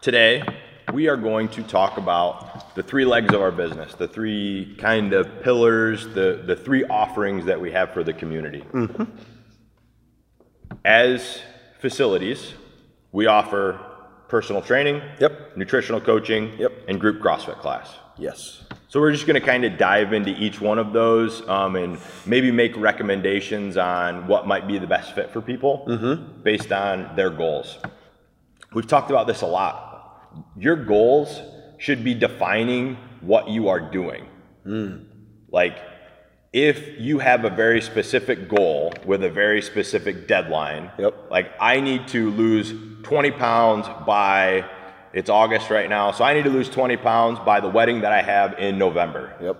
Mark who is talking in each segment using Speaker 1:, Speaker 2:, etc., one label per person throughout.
Speaker 1: Today, we are going to talk about the three legs of our business, the three kind of pillars, the, the three offerings that we have for the community.
Speaker 2: Mm-hmm.
Speaker 1: As facilities, we offer personal training,
Speaker 2: Yep.
Speaker 1: nutritional coaching,
Speaker 2: Yep.
Speaker 1: and group CrossFit class.
Speaker 2: Yes.
Speaker 1: So we're just going to kind of dive into each one of those um, and maybe make recommendations on what might be the best fit for people based on their goals. We've talked about this a lot. Your goals should be defining what you are doing. Like, if you have a very specific goal with a very specific deadline,
Speaker 2: Yep.
Speaker 1: like I need to lose 20 pounds by it's August right now, so I need to lose 20 pounds by the wedding that I have in November.
Speaker 2: Yep.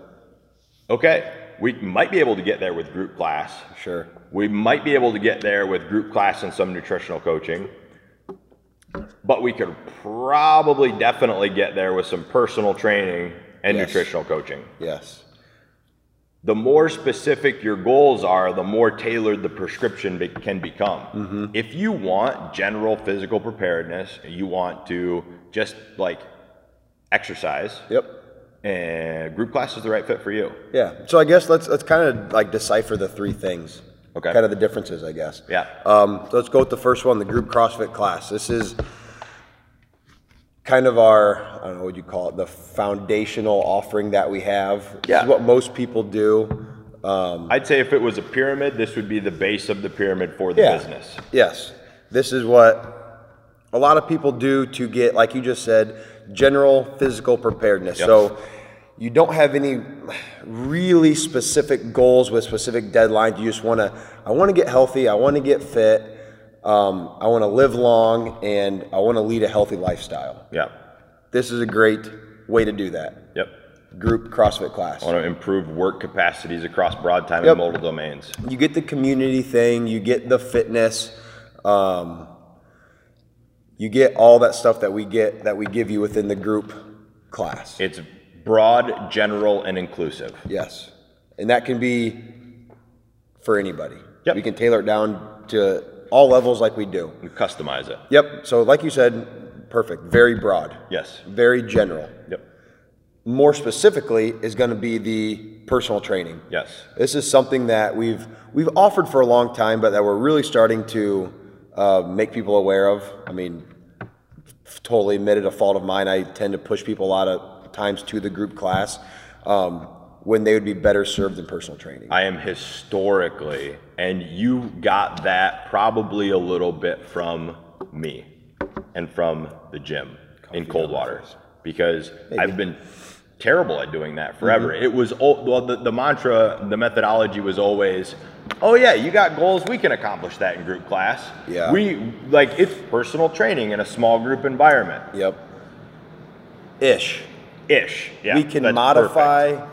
Speaker 1: Okay, we might be able to get there with group class.
Speaker 2: Sure.
Speaker 1: We might be able to get there with group class and some nutritional coaching. But we could probably definitely get there with some personal training and
Speaker 2: Yes.
Speaker 1: nutritional coaching
Speaker 2: Yes.
Speaker 1: the more specific your goals are, the more tailored the prescription be- can become.
Speaker 2: Mm-hmm.
Speaker 1: If you want general physical preparedness, you want to just like exercise,
Speaker 2: Yep.
Speaker 1: and group class is the right fit for you.
Speaker 2: Yeah. So I guess let's let's kind of like decipher the three things.
Speaker 1: Okay.
Speaker 2: Kind of the differences, I guess.
Speaker 1: Yeah.
Speaker 2: Um, so let's go with the first one, the group CrossFit class. This is kind of our I don't know what you call it, the foundational offering that we have. This
Speaker 1: Yeah.
Speaker 2: is what most people do. Um,
Speaker 1: I'd say if it was a pyramid, this would be the base of the pyramid for the
Speaker 2: Yeah.
Speaker 1: business.
Speaker 2: Yes. This is what a lot of people do to get, like you just said, general physical preparedness.
Speaker 1: Yep.
Speaker 2: So you don't have any really specific goals with specific deadlines. You just want to, I want to get healthy. I want to get fit. Um, I want to live long and I want to lead a healthy lifestyle.
Speaker 1: Yeah.
Speaker 2: This is a great way to do that.
Speaker 1: Yep.
Speaker 2: Group CrossFit class.
Speaker 1: I want to improve work capacities across broad time
Speaker 2: Yep.
Speaker 1: and multiple domains.
Speaker 2: you get the community thing, you get the fitness, um, you get all that stuff that we get that we give you within the group class.
Speaker 1: It's broad, general, and inclusive.
Speaker 2: yes, and that can be for anybody.
Speaker 1: Yep.
Speaker 2: We can tailor it down to all levels like we do.
Speaker 1: You customize it.
Speaker 2: Yep. So like you said, perfect. Very broad.
Speaker 1: Yes.
Speaker 2: Very general.
Speaker 1: Yep.
Speaker 2: More specifically is going to be the personal training.
Speaker 1: Yes.
Speaker 2: This is something that we've we've offered for a long time, but that we're really starting to uh, make people aware of. I mean, f- totally admitted a fault of mine. I tend to push people a lot of times to the group class um, when they would be better served in personal training.
Speaker 1: I am historically, and you got that probably a little bit from me and from the gym in cold water because I've been terrible at doing
Speaker 2: Mm-hmm.
Speaker 1: that forever. It was, al- well, the, the mantra, the methodology was always, oh yeah, you got goals, we can accomplish that in group class.
Speaker 2: Yeah.
Speaker 1: We, like, it's personal training in a small group environment
Speaker 2: Yep. Ish.
Speaker 1: ish. Yeah.
Speaker 2: we can
Speaker 1: that's
Speaker 2: modify.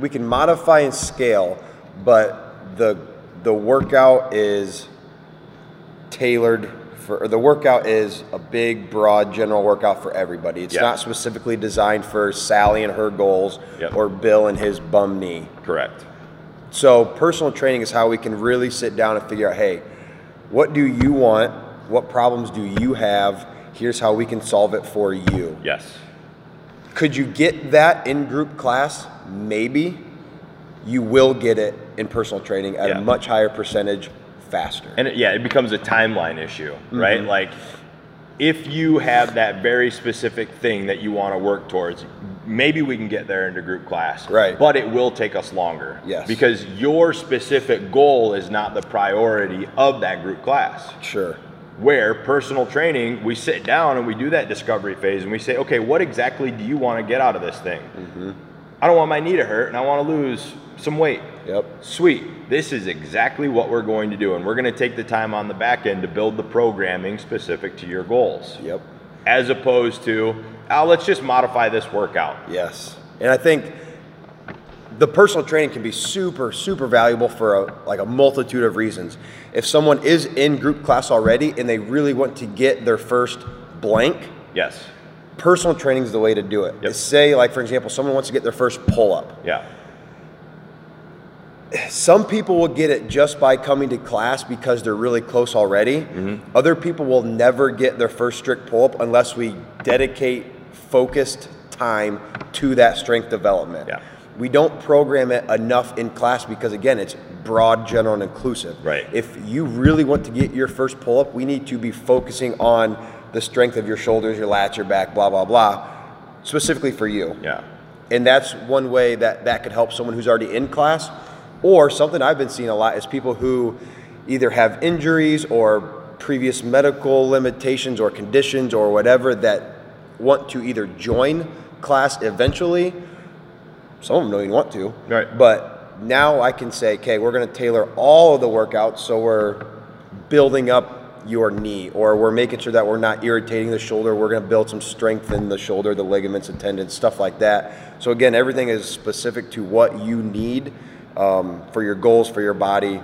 Speaker 2: We can modify and scale, but the the workout is tailored for or the workout is a big broad general workout for everybody it's
Speaker 1: Yeah.
Speaker 2: not specifically designed for sally and her goals
Speaker 1: Yep.
Speaker 2: or bill and his bum knee
Speaker 1: perfect. Correct.
Speaker 2: so personal training is how we can really sit down and figure out hey what do you want what problems do you have here's how we can solve it for you
Speaker 1: Yes.
Speaker 2: could you get that in group class maybe you will get it in personal training at
Speaker 1: Yeah.
Speaker 2: a much higher percentage faster
Speaker 1: And it, yeah, it becomes a timeline issue, right?
Speaker 2: Mm-hmm.
Speaker 1: Like, if you have that very specific thing that you want to work towards, maybe we can get there into group class.
Speaker 2: Right.
Speaker 1: But it will take us longer.
Speaker 2: Yes.
Speaker 1: Because your specific goal is not the priority of that group class.
Speaker 2: sure
Speaker 1: Where personal training, we sit down and we do that discovery phase and we say, okay, what exactly do you want to get out of this thing?
Speaker 2: Mm-hmm.
Speaker 1: I don't want my knee to hurt and I want to lose some weight.
Speaker 2: yep
Speaker 1: Sweet. This is exactly what we're going to do. And we're going to take the time on the back end to build the programming specific to your goals.
Speaker 2: yep
Speaker 1: As opposed to, oh, let's just modify this workout.
Speaker 2: yes and i think the personal training can be super super valuable for a, like a multitude of reasons if someone is in group class already and they really want to get their first blank
Speaker 1: Yes.
Speaker 2: personal training is the way to do it
Speaker 1: Yep.
Speaker 2: say like for example someone wants to get their first pull-up
Speaker 1: Yeah.
Speaker 2: some people will get it just by coming to class because they're really close already.
Speaker 1: Mm-hmm.
Speaker 2: Other people will never get their first strict pull up unless we dedicate focused time to that strength development.
Speaker 1: Yeah.
Speaker 2: We don't program it enough in class because again, it's broad, general, and inclusive.
Speaker 1: Right.
Speaker 2: If you really want to get your first pull up, we need to be focusing on the strength of your shoulders, your lats, your back, blah blah blah, specifically for you.
Speaker 1: Yeah.
Speaker 2: And that's one way that that could help someone who's already in class. Or something I've been seeing a lot is people who either have injuries or previous medical limitations or conditions or whatever that want to either join class eventually. Some of them don't even want to.
Speaker 1: Right.
Speaker 2: But now I can say, okay, we're going to tailor all of the workouts so we're building up your knee or we're making sure that we're not irritating the shoulder. We're going to build some strength in the shoulder, the ligaments and tendons, stuff like that. So again, everything is specific to what you need um, for your goals, for your body,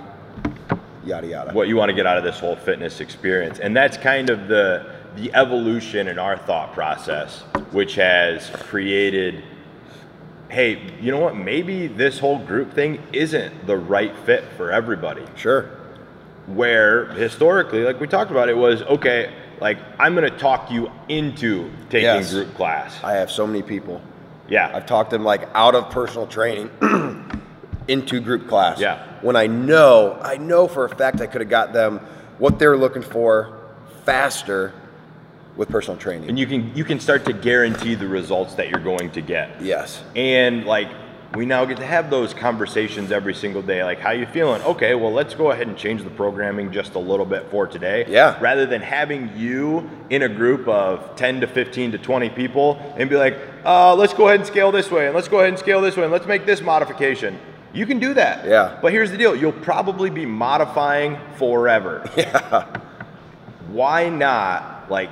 Speaker 2: yada yada.
Speaker 1: what you want to get out of this whole fitness experience and that's kind of the the evolution in our thought process which has created hey you know what maybe this whole group thing isn't the right fit for everybody
Speaker 2: Sure.
Speaker 1: where historically like we talked about it was okay like i'm going to talk you into taking
Speaker 2: Yes.
Speaker 1: group class
Speaker 2: I have so many people.
Speaker 1: yeah
Speaker 2: I've talked them like out of personal training into group class.
Speaker 1: Yeah.
Speaker 2: When I know, I know for a fact I could have got them what they were looking for faster with personal training.
Speaker 1: and you can you can start to guarantee the results that you're going to get
Speaker 2: Yes.
Speaker 1: and like we now get to have those conversations every single day like how you feeling okay well let's go ahead and change the programming just a little bit for today
Speaker 2: Yeah.
Speaker 1: rather than having you in a group of 10 to 15 to 20 people and be like uh, let's go ahead and scale this way and let's go ahead and scale this way and let's make this modification you can do that
Speaker 2: Yeah.
Speaker 1: but here's the deal you'll probably be modifying forever yeah why not like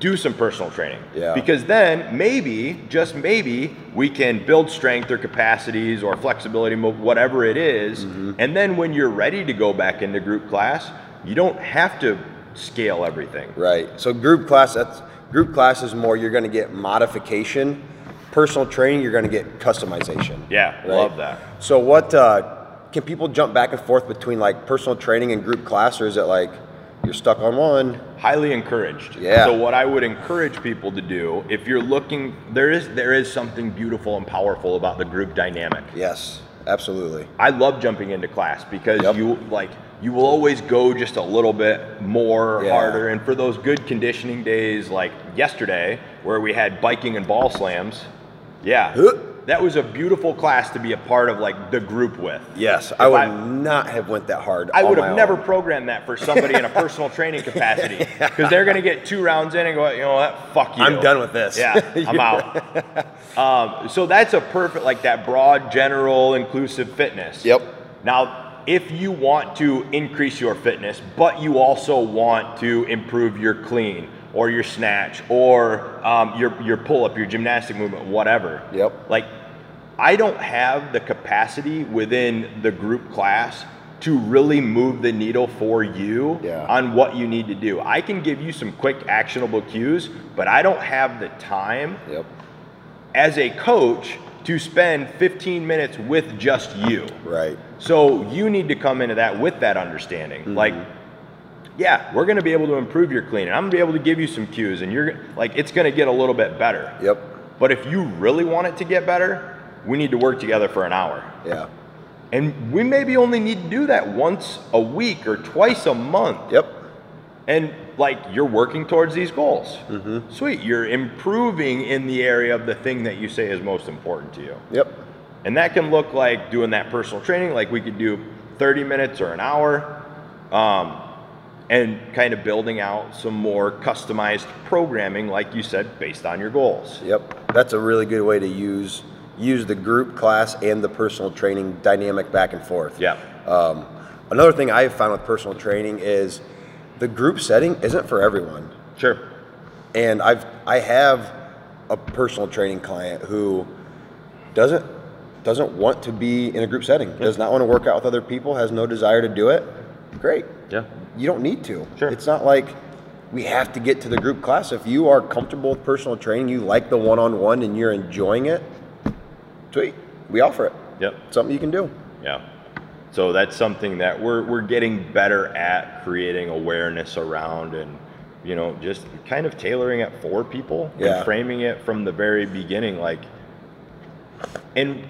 Speaker 1: do some personal training.
Speaker 2: Yeah.
Speaker 1: Because then maybe, just maybe, we can build strength or capacities or flexibility, mo- whatever it is. And then when you're ready to go back into group class, you don't have to scale everything.
Speaker 2: Right. So group class that's group class is more you're going to get modification. Personal training you're going to get customization.
Speaker 1: Yeah,
Speaker 2: Right?
Speaker 1: love that.
Speaker 2: So what uh, can people jump back and forth between like personal training and group class or is it like you're stuck on one?
Speaker 1: highly encouraged.
Speaker 2: Yeah.
Speaker 1: So what I would encourage people to do, if you're looking, there is there is something beautiful and powerful about the group dynamic.
Speaker 2: Yes, absolutely.
Speaker 1: I love jumping into class because
Speaker 2: Yep.
Speaker 1: you like you will always go just a little bit more
Speaker 2: Yeah.
Speaker 1: harder and for those good conditioning days like yesterday where we had biking and ball slams yeah
Speaker 2: Huh.
Speaker 1: that was a beautiful class to be a part of like the group with
Speaker 2: Yes, I
Speaker 1: If
Speaker 2: would
Speaker 1: I-
Speaker 2: not have went that hard.
Speaker 1: I
Speaker 2: on
Speaker 1: would
Speaker 2: my
Speaker 1: have
Speaker 2: own.
Speaker 1: never programmed that for somebody in a personal training capacity because they're going to get two rounds in and go, you know what, fuck you.
Speaker 2: I'm done with this.
Speaker 1: Yeah, I'm out. um, so that's a perfect, like that broad, general, inclusive fitness.
Speaker 2: Yep.
Speaker 1: Now, if you want to increase your fitness, but you also want to improve your clean or your snatch or um, your, your pull up, your gymnastic movement, whatever.
Speaker 2: Yep.
Speaker 1: Like, I don't have the capacity within the group class to really move the needle for you
Speaker 2: Yeah.
Speaker 1: on what you need to do. I can give you some quick actionable cues, but I don't have the time
Speaker 2: Yep.
Speaker 1: as a coach to spend 15 minutes with just you.
Speaker 2: Right.
Speaker 1: So you need to come into that with that understanding. Like, yeah, we're going to be able to improve your cleaning. I'm going to be able to give you some cues, and you're like, it's going to get a little bit better.
Speaker 2: Yep.
Speaker 1: But if you really want it to get better, we need to work together for an hour.
Speaker 2: Yeah.
Speaker 1: And we maybe only need to do that once a week or twice a month.
Speaker 2: Yep.
Speaker 1: And like you're working towards these goals. Sweet. You're improving in the area of the thing that you say is most important to you.
Speaker 2: Yep.
Speaker 1: And that can look like doing that personal training, like we could do 30 minutes or an hour, um, and kind of building out some more customized programming, like you said, based on your goals.
Speaker 2: Yep. That's a really good way to use use the group class and the personal training dynamic back and forth.
Speaker 1: Yeah.
Speaker 2: Um, another thing I've found with personal training is the group setting isn't for everyone.
Speaker 1: Sure.
Speaker 2: and I've I have a personal training client who doesn't doesn't want to be in a group setting, does not want to work out with other people, has no desire to do it. Great.
Speaker 1: Yeah.
Speaker 2: You don't need to.
Speaker 1: Sure.
Speaker 2: It's not like we have to get to the group class. If you are comfortable with personal training, you like the one-on-one and you're enjoying it, sweet. We offer it.
Speaker 1: Yep.
Speaker 2: Something you can do.
Speaker 1: Yeah. So that's something that we're, we're getting better at creating awareness around and, you know, just kind of tailoring it for people
Speaker 2: Yeah.
Speaker 1: and framing it from the very beginning. Like, and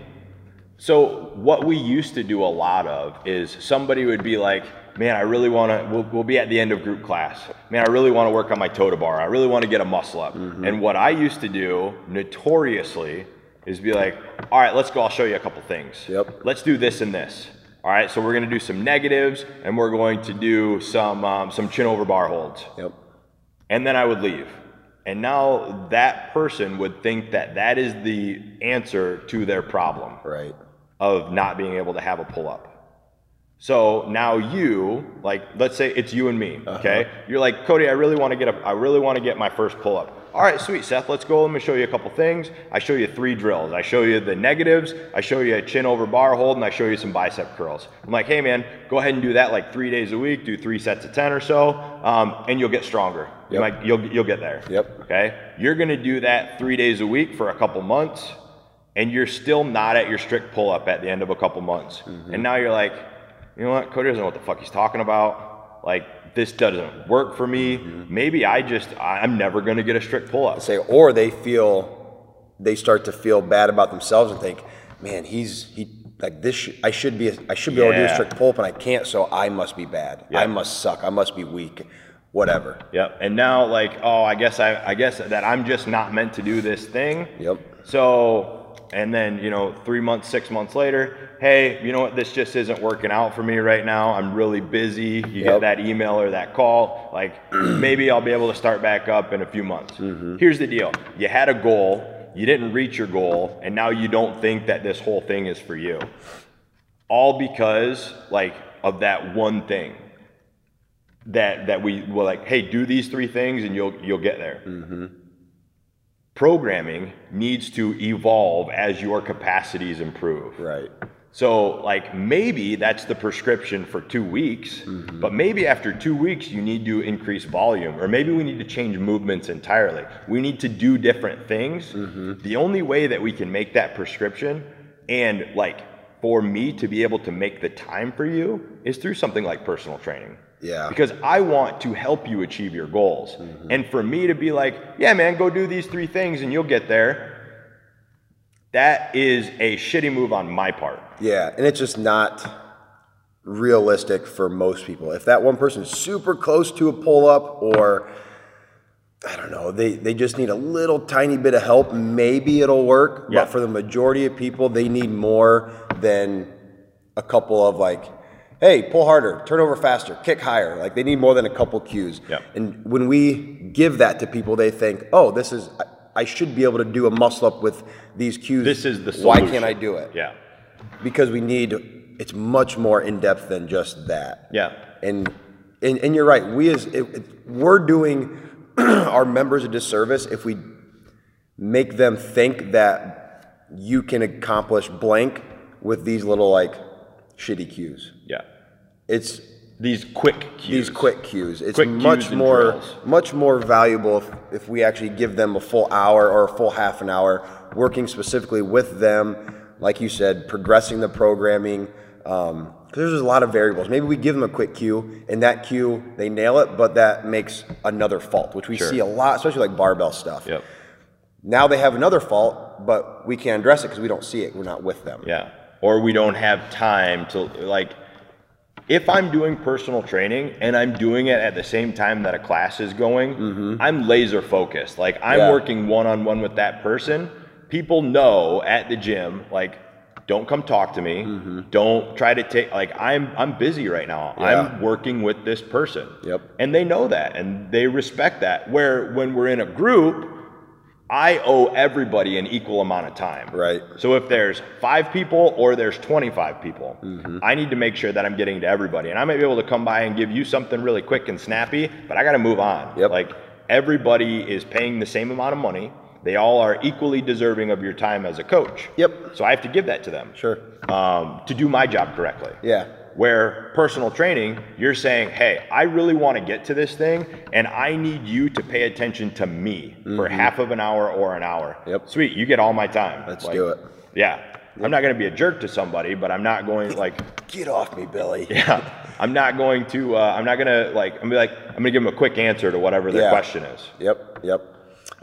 Speaker 1: so what we used to do a lot of is somebody would be like, man, I really want to, we'll, we'll be at the end of group class. Man, I really want to work on my toe to bar. I really want to get a muscle up. And what I used to do notoriously is be like, all right, let's go. I'll show you a couple things.
Speaker 2: Yep.
Speaker 1: Let's do this and this. All right. So we're going to do some negatives and we're going to do some, um, some chin over bar holds
Speaker 2: Yep.
Speaker 1: and then I would leave. And now that person would think that that is the answer to their problem
Speaker 2: Right.
Speaker 1: of not being able to have a pull up. So now you, like, let's say it's you and me, okay? You're like, Cody, I really want to get a, I really want to get my first pull up. All right, sweet, Seth, let's go. Let me show you a couple things. I show you three drills. I show you the negatives. I show you a chin over bar hold, and I show you some bicep curls. I'm like, hey man, go ahead and do that like three days a week. Do three sets of ten or so, um, and you'll get stronger.
Speaker 2: Yep.
Speaker 1: Like you'll you'll get there.
Speaker 2: Yep.
Speaker 1: Okay. You're going to do that three days a week for a couple months, and you're still not at your strict pull up at the end of a couple months. And now you're like, you know what? Cody doesn't know what the fuck he's talking about. Like, this doesn't work for me. Maybe I just, I- I'm never going to get a strict pull up.
Speaker 2: say, or they feel they start to feel bad about themselves and think, man, he's he like this. Sh- I should be I should be able to do a
Speaker 1: Yeah.
Speaker 2: strict pull up, and I can't, so I must be bad. I
Speaker 1: Yeah.
Speaker 2: must suck. I must be weak. Whatever.
Speaker 1: Yep. And now, like, oh, I guess I, I guess that I'm just not meant to do this thing.
Speaker 2: Yep.
Speaker 1: So, and then, you know, three months, six months later, hey, you know what? This just isn't working out for me right now. I'm really busy. You
Speaker 2: Yep.
Speaker 1: get that email or that call. Like, maybe I'll be able to start back up in a few months. Here's the deal you had a goal, you didn't reach your goal, and now you don't think that this whole thing is for you. All because, like, of that one thing that that we were like, hey, do these three things and you'll you'll get there. Programming needs to evolve as your capacities improve.
Speaker 2: Right.
Speaker 1: So, like, maybe that's the prescription for two weeks, but maybe after two weeks, you need to increase volume, or maybe we need to change movements entirely. We need to do different things. The only way that we can make that prescription and, like, for me to be able to make the time for you is through something like personal training.
Speaker 2: Yeah.
Speaker 1: Because I want to help you achieve your goals. And for me to be like, yeah, man, go do these three things and you'll get there, that is a shitty move on my part.
Speaker 2: Yeah, and it's just not realistic for most people. If that one person's super close to a pull up or I don't know, they, they just need a little tiny bit of help, maybe it'll work.
Speaker 1: Yeah.
Speaker 2: But for the majority of people, they need more than a couple of like, hey, pull harder, turn over faster, kick higher. Like they need more than a couple cues.
Speaker 1: Yeah.
Speaker 2: And when we give that to people, they think, oh, this is I, I should be able to do a muscle up with these cues.
Speaker 1: This is the
Speaker 2: Why
Speaker 1: solution.
Speaker 2: can't I do it?
Speaker 1: Yeah.
Speaker 2: because we need it's much more in depth than just that.
Speaker 1: Yeah.
Speaker 2: And and, and you're right. We as it, it, we're doing our members a disservice if we make them think that you can accomplish blank with these little like shitty cues.
Speaker 1: Yeah.
Speaker 2: It's
Speaker 1: These quick cues.
Speaker 2: these quick cues. It's
Speaker 1: Quick cues
Speaker 2: much
Speaker 1: and
Speaker 2: more
Speaker 1: drills.
Speaker 2: much more valuable if, if we actually give them a full hour or a full half an hour working specifically with them, like you said, progressing the programming. Um, 'cause there's just a lot of variables. Maybe we give them a quick cue, and that cue they nail it, but that makes another fault, which we
Speaker 1: Sure.
Speaker 2: see a lot, especially like barbell stuff.
Speaker 1: Yep.
Speaker 2: Now they have another fault, but we can't address it because we don't see it. We're not with them.
Speaker 1: Yeah. Or we don't have time to like if I'm doing personal training and I'm doing it at the same time that a class is going, I'm laser focused. Like I'm
Speaker 2: Mm-hmm. Yeah.
Speaker 1: working one on one with that person. People know at the gym, like, don't come talk to me.
Speaker 2: Mm-hmm.
Speaker 1: Don't try to take like I'm I'm busy right now. I'm working with this person.
Speaker 2: Yep.
Speaker 1: And they know that and they respect that. Where when we're in a group, I owe everybody an equal amount of time.
Speaker 2: Right.
Speaker 1: So if there's five people or there's 25 people,
Speaker 2: Mm-hmm.
Speaker 1: I need to make sure that I'm getting to everybody. And I might be able to come by and give you something really quick and snappy, but I got to move on.
Speaker 2: Yep.
Speaker 1: Like everybody is paying the same amount of money. They all are equally deserving of your time as a coach.
Speaker 2: Yep.
Speaker 1: So I have to give that to them.
Speaker 2: Sure.
Speaker 1: Um, to do my job correctly.
Speaker 2: Yeah.
Speaker 1: Where personal training, you're saying, hey, I really want to get to this thing and I need you to pay attention to me for half of an hour or an hour.
Speaker 2: Mm-hmm. Yep.
Speaker 1: Sweet, you get all my time.
Speaker 2: Let's do it.
Speaker 1: Yeah. I'm not going to be a jerk to somebody, but I'm not going like
Speaker 2: Get off me, Billy.
Speaker 1: yeah, I'm not going to. Uh, I'm not gonna like. I'm gonna be like. I'm gonna give them a quick answer to whatever their
Speaker 2: Yeah.
Speaker 1: question is.
Speaker 2: Yep, yep.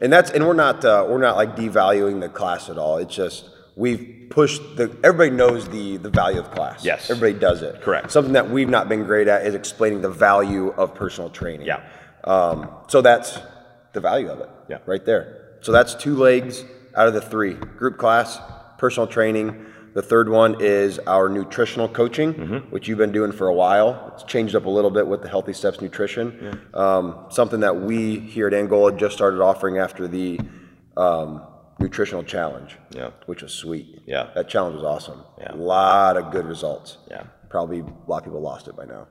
Speaker 2: And that's and we're not uh, we're not like devaluing the class at all. It's just we've pushed the everybody knows the the value of class.
Speaker 1: Yes.
Speaker 2: everybody does it.
Speaker 1: Correct.
Speaker 2: Something that we've not been great at is explaining the value of personal training.
Speaker 1: Yeah.
Speaker 2: Um, so that's the value of it.
Speaker 1: Yeah.
Speaker 2: Right there. So that's two legs out of the three: group class, personal training. The third one is our nutritional coaching,
Speaker 1: Mm-hmm.
Speaker 2: which you've been doing for a while. It's changed up a little bit with the Healthy Steps Nutrition. Um, something that we here at Angola just started offering after the um, nutritional challenge,
Speaker 1: Yeah.
Speaker 2: which was sweet.
Speaker 1: Yeah.
Speaker 2: That challenge was awesome.
Speaker 1: Yeah.
Speaker 2: A lot of good results.
Speaker 1: Yeah.
Speaker 2: Probably a lot of people lost it by now.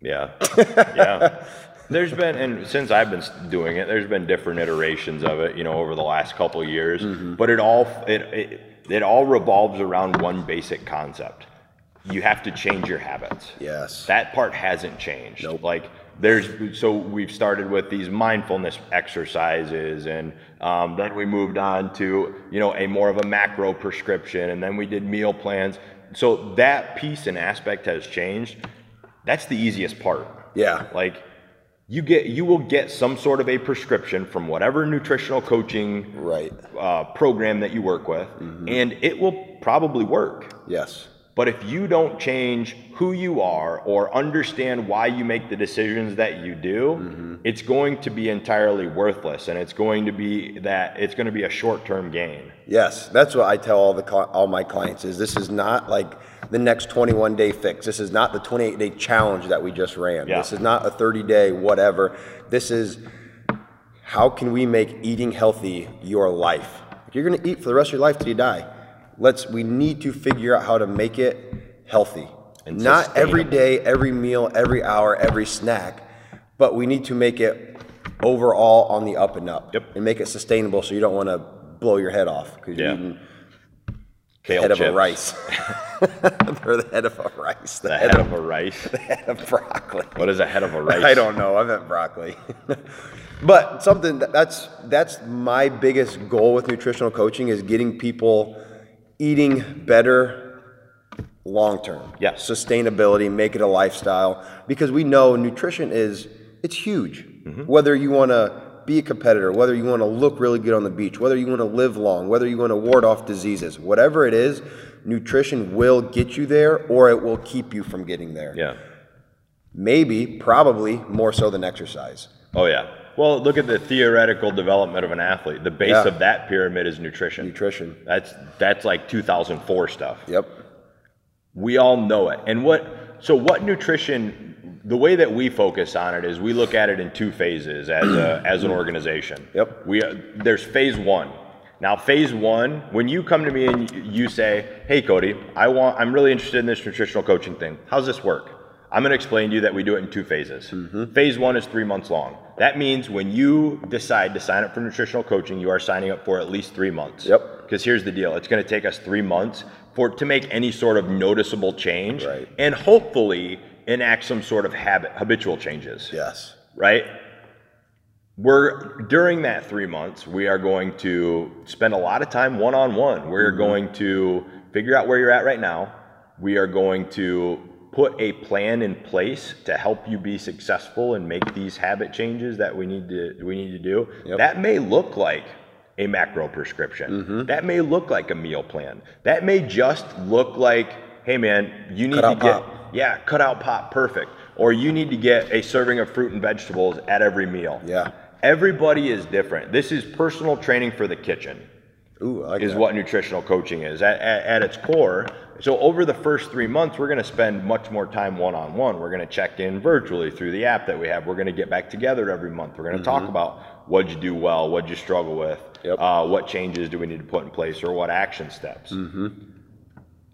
Speaker 1: Yeah, yeah. There's been, and since I've been s- doing it, there's been different iterations of it, you know, over the last couple of years. But it all it, it it all revolves around one basic concept. You have to change your habits.
Speaker 2: Yes.
Speaker 1: That part hasn't changed. Like there's so we've started with these mindfulness exercises, and um, then we moved on to you know a more of a macro prescription, and then we did meal plans. So that piece and aspect has changed. That's the easiest part.
Speaker 2: Yeah.
Speaker 1: Like you get you will get some sort of a prescription from whatever nutritional coaching
Speaker 2: Right.
Speaker 1: uh, program that you work with, and it will probably work.
Speaker 2: Yes.
Speaker 1: But if you don't change who you are or understand why you make the decisions that you do,
Speaker 2: Mm-hmm.
Speaker 1: it's going to be entirely worthless and it's going to be that it's going to be a short-term gain.
Speaker 2: Yes, that's what I tell all the cli- all my clients is this is not like the next 21 day fix. This is not the 28 day challenge that we just ran.
Speaker 1: Yeah.
Speaker 2: This is not a 30 day whatever. This is how can we make eating healthy your life? You're going to eat for the rest of your life till you die. Let's we need to figure out how to make it healthy.
Speaker 1: And
Speaker 2: not every
Speaker 1: sustainable.
Speaker 2: day, every meal, every hour, every snack, but we need to make it overall on the up and up
Speaker 1: Yep.
Speaker 2: and make it sustainable so you don't want to blow your head off because
Speaker 1: Yeah.
Speaker 2: you're eating
Speaker 1: Kale
Speaker 2: head of a
Speaker 1: chips,
Speaker 2: rice. or the head of a rice. The,
Speaker 1: The
Speaker 2: head,
Speaker 1: head of a rice.
Speaker 2: of, head of broccoli.
Speaker 1: What is a head of a rice?
Speaker 2: I don't know. I meant broccoli. but something that, that's that's my biggest goal with nutritional coaching is getting people eating better long term.
Speaker 1: Yeah.
Speaker 2: Sustainability, make it a lifestyle because we know nutrition is it's huge.
Speaker 1: Mm-hmm.
Speaker 2: Whether you want to be a competitor, whether you want to look really good on the beach, whether you want to live long, whether you want to ward off diseases, whatever it is, nutrition will get you there or it will keep you from getting there
Speaker 1: Yeah.
Speaker 2: maybe, probably more so than exercise.
Speaker 1: Oh yeah. Well, look at the theoretical development of an athlete. The base
Speaker 2: Yeah.
Speaker 1: of that pyramid is nutrition.
Speaker 2: Nutrition.
Speaker 1: That's that's like 2004 stuff.
Speaker 2: Yep.
Speaker 1: We all know it. And what so what nutrition the way that we focus on it is we look at it in two phases as a, as an organization.
Speaker 2: Yep.
Speaker 1: We there's phase 1. Now phase 1, when you come to me and y- you say, "Hey Cody, I want I'm really interested in this nutritional coaching thing. How's this work?" I'm going to explain to you that we do it in two phases. Phase 1 is 3 months long. That means when you decide to sign up for nutritional coaching, you are signing up for at least 3 months.
Speaker 2: Yep.
Speaker 1: Because here's the deal: it's going to take us three months for to make any sort of noticeable change,
Speaker 2: Right.
Speaker 1: and hopefully enact some sort of habit, habitual changes.
Speaker 2: Yes.
Speaker 1: Right. We're during that three months, we are going to spend a lot of time one on one. We're
Speaker 2: Mm-hmm.
Speaker 1: going to figure out where you're at right now. We are going to put a plan in place to help you be successful and make these habit changes that we need to we need to do.
Speaker 2: Yep.
Speaker 1: That may look like a macro prescription.
Speaker 2: Mm-hmm.
Speaker 1: That may look like a meal plan. That may just look like, hey man, you need
Speaker 2: Cut
Speaker 1: to
Speaker 2: out
Speaker 1: get
Speaker 2: pop.
Speaker 1: yeah, cut out pop, perfect. Or you need to get a serving of fruit and vegetables at every meal.
Speaker 2: Yeah.
Speaker 1: Everybody is different. This is personal training for the kitchen,
Speaker 2: Ooh, I like
Speaker 1: is
Speaker 2: that.
Speaker 1: what nutritional coaching is at, at, at its core. So, over the first three months, we're going to spend much more time one on one. We're going to check in virtually through the app that we have. We're going to get back together every month. We're going to talk about what'd you do well, what'd you struggle with,
Speaker 2: Mm-hmm. Yep.
Speaker 1: uh, what changes do we need to put in place, or what action steps
Speaker 2: Mm-hmm.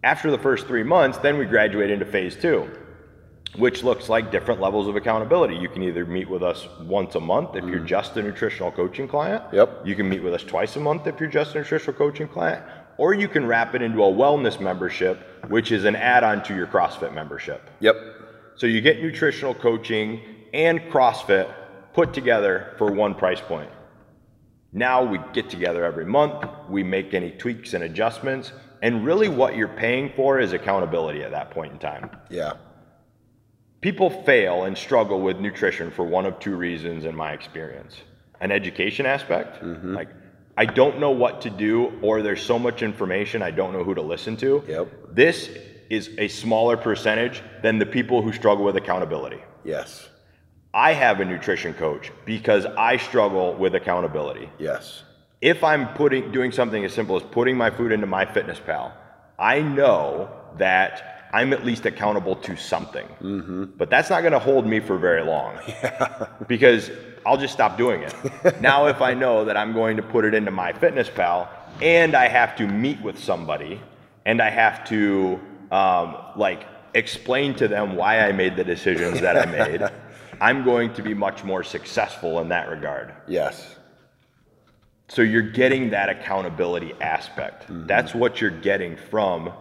Speaker 1: after the first three months, then we graduate into phase two, which looks like different levels of accountability. You can either meet with us once a month if you're just a nutritional coaching client.
Speaker 2: Yep.
Speaker 1: You can meet with us twice a month if you're just a nutritional coaching client, or you can wrap it into a wellness membership, which is an add on to your CrossFit membership.
Speaker 2: Yep.
Speaker 1: So you get nutritional coaching and CrossFit put together for one price point. Now we get together every month, we make any tweaks and adjustments, And really, what you're paying for is accountability at that point in time.
Speaker 2: Yeah.
Speaker 1: People fail and struggle with nutrition for one of two reasons, in my experience an education aspect, like, I don't know what to do, or there's so much information, I don't know who to listen to.
Speaker 2: Yep.
Speaker 1: This is a smaller percentage than the people who struggle with accountability.
Speaker 2: Yes.
Speaker 1: I have a nutrition coach because I struggle with accountability
Speaker 2: Yes.
Speaker 1: if I'm putting doing something as simple as putting my food into my fitness pal, I know that I'm at least accountable to something. But that's not going to hold me for very long because I'll just stop doing it. now, if I know that I'm going to put it into my fitness pal and I have to meet with somebody and I have to um, like explain to them why I made the decisions that I made, I'm going to be much more successful in that regard.
Speaker 2: Yes.
Speaker 1: So you're getting that accountability aspect.
Speaker 2: Mm-hmm.
Speaker 1: That's what you're getting from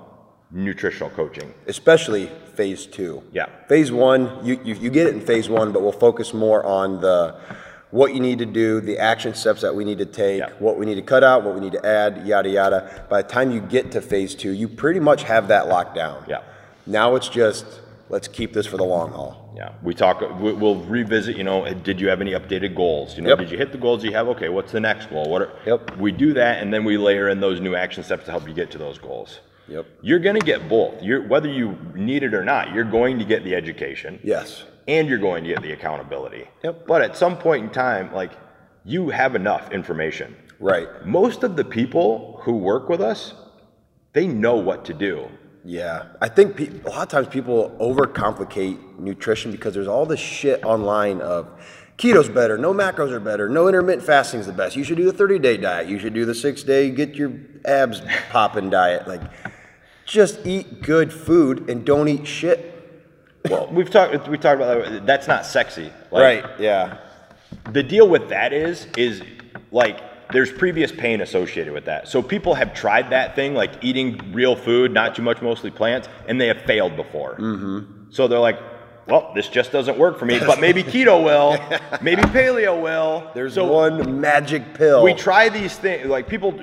Speaker 1: nutritional coaching.
Speaker 2: especially phase two.
Speaker 1: Yeah.
Speaker 2: Phase one, you, you, you get it in phase one, but we'll focus more on the what you need to do, the action steps that we need to take,
Speaker 1: Yeah.
Speaker 2: what we need to cut out, what we need to add, yada yada. By the time you get to phase two, you pretty much have that locked down.
Speaker 1: Yeah.
Speaker 2: Now it's just let's keep this for the long haul.
Speaker 1: Yeah. We talk we- we'll revisit, you know, did you have any updated goals? You know,
Speaker 2: Yep.
Speaker 1: did you hit the goals you have? Okay, what's the next goal? What are,
Speaker 2: Yep.
Speaker 1: We do that and then we layer in those new action steps to help you get to those goals.
Speaker 2: Yep.
Speaker 1: You're going to get both. You're whether you need it or not, you're going to get the education.
Speaker 2: Yes.
Speaker 1: and you're going to get the accountability.
Speaker 2: Yep.
Speaker 1: But at some point in time, like you have enough information.
Speaker 2: Right.
Speaker 1: Most of the people who work with us, they know what to do.
Speaker 2: Yeah, I think pe- a lot of times people overcomplicate nutrition because there's all this shit online of keto's better, no macros are better, no intermittent fasting is the best. You should do the 30 day diet. You should do the six day get your abs popping diet. Like, just eat good food and don't eat shit.
Speaker 1: Well, we've talked we talked about that. That's not sexy.
Speaker 2: Yeah.
Speaker 1: The deal with that is is like there's previous pain associated with that. So people have tried that thing, like eating real food, not too much, mostly plants, and they have failed before. Mm-hmm. So they're like, well, this just doesn't work for me. But maybe keto will, maybe paleo will.
Speaker 2: There's
Speaker 1: so
Speaker 2: one magic pill.
Speaker 1: we try these things like people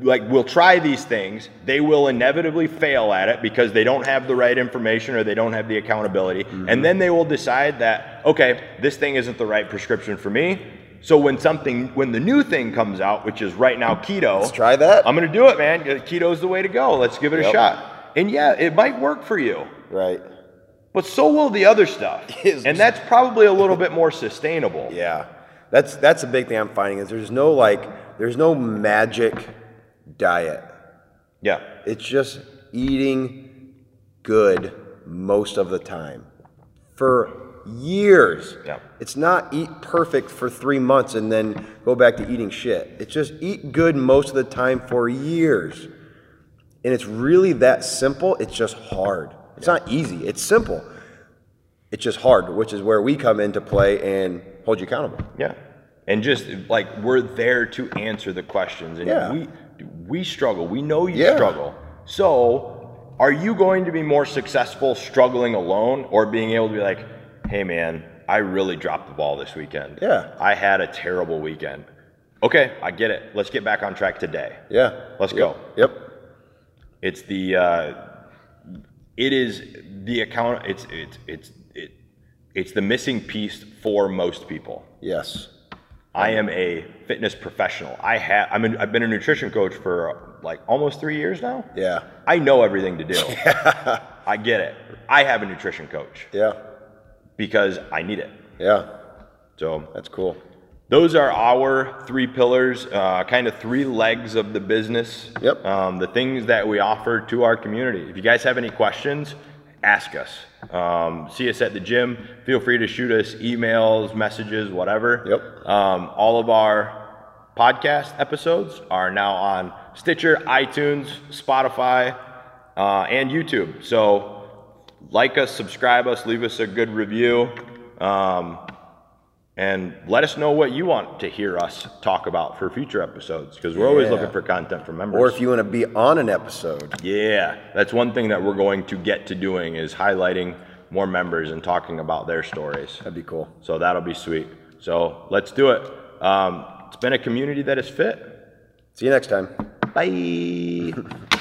Speaker 1: like will try these things they will inevitably fail at it because they don't have the right information or they don't have the accountability
Speaker 2: Mm-hmm.
Speaker 1: and then they will decide that okay this thing isn't the right prescription for me so when something when the new thing comes out which is right now keto
Speaker 2: Let's try that.
Speaker 1: i'm gonna do it man Uh, keto's the way to go let's give it a
Speaker 2: Yep.
Speaker 1: shot and yeah it might work for you
Speaker 2: right.
Speaker 1: but so will the other stuff
Speaker 2: Yes.
Speaker 1: and that's probably a little bit more sustainable
Speaker 2: Yeah, that's that's the big thing I'm finding is there's no like there's no magic diet.
Speaker 1: yeah.
Speaker 2: It's just eating good most of the time for years.
Speaker 1: Yeah.
Speaker 2: It's not eat perfect for three months and then go back to eating shit. It's just eat good most of the time for years. And it's really that simple. It's just hard. It's not easy. It's simple. It's just hard, which is where we come into play and hold you accountable.
Speaker 1: Yeah. And just like we're there to answer the questions. And
Speaker 2: Yeah.
Speaker 1: we we struggle. We know you
Speaker 2: Yeah.
Speaker 1: struggle. So are you going to be more successful struggling alone or being able to be like, hey man, I really dropped the ball this weekend.
Speaker 2: Yeah.
Speaker 1: I had a terrible weekend. Okay, I get it. Let's get back on track today.
Speaker 2: Yeah.
Speaker 1: Let's
Speaker 2: Yep.
Speaker 1: go.
Speaker 2: Yep.
Speaker 1: It's the uh, it is the account it's it's it's it, it's the missing piece for most people.
Speaker 2: Yes.
Speaker 1: I am a fitness professional. I have I'm a, I've been a nutrition coach for uh, like almost 3 years now.
Speaker 2: Yeah.
Speaker 1: I know everything to do. I get it. I have a nutrition coach
Speaker 2: Yeah.
Speaker 1: because I need it.
Speaker 2: Yeah.
Speaker 1: So,
Speaker 2: That's cool.
Speaker 1: those are our three pillars, uh, kind of three legs of the business.
Speaker 2: Yep.
Speaker 1: Um, the things that we offer to our community. If you guys have any questions, ask us. Um, see us at the gym. Feel free to shoot us emails, messages, whatever.
Speaker 2: Yep.
Speaker 1: Um, all of our podcast episodes are now on Stitcher, iTunes, Spotify, uh, and YouTube. So like us, subscribe us, leave us a good review. Um, and let us know what you want to hear us talk about for future episodes because we're always
Speaker 2: Yeah.
Speaker 1: looking for content from members.
Speaker 2: Or if you want to be on an episode,
Speaker 1: yeah, that's one thing that we're going to get to doing is highlighting more members and talking about their stories.
Speaker 2: that'd be cool.
Speaker 1: So that'll be sweet. So let's do it. Um, it's been a community that is fit.
Speaker 2: See you next time.
Speaker 1: Bye.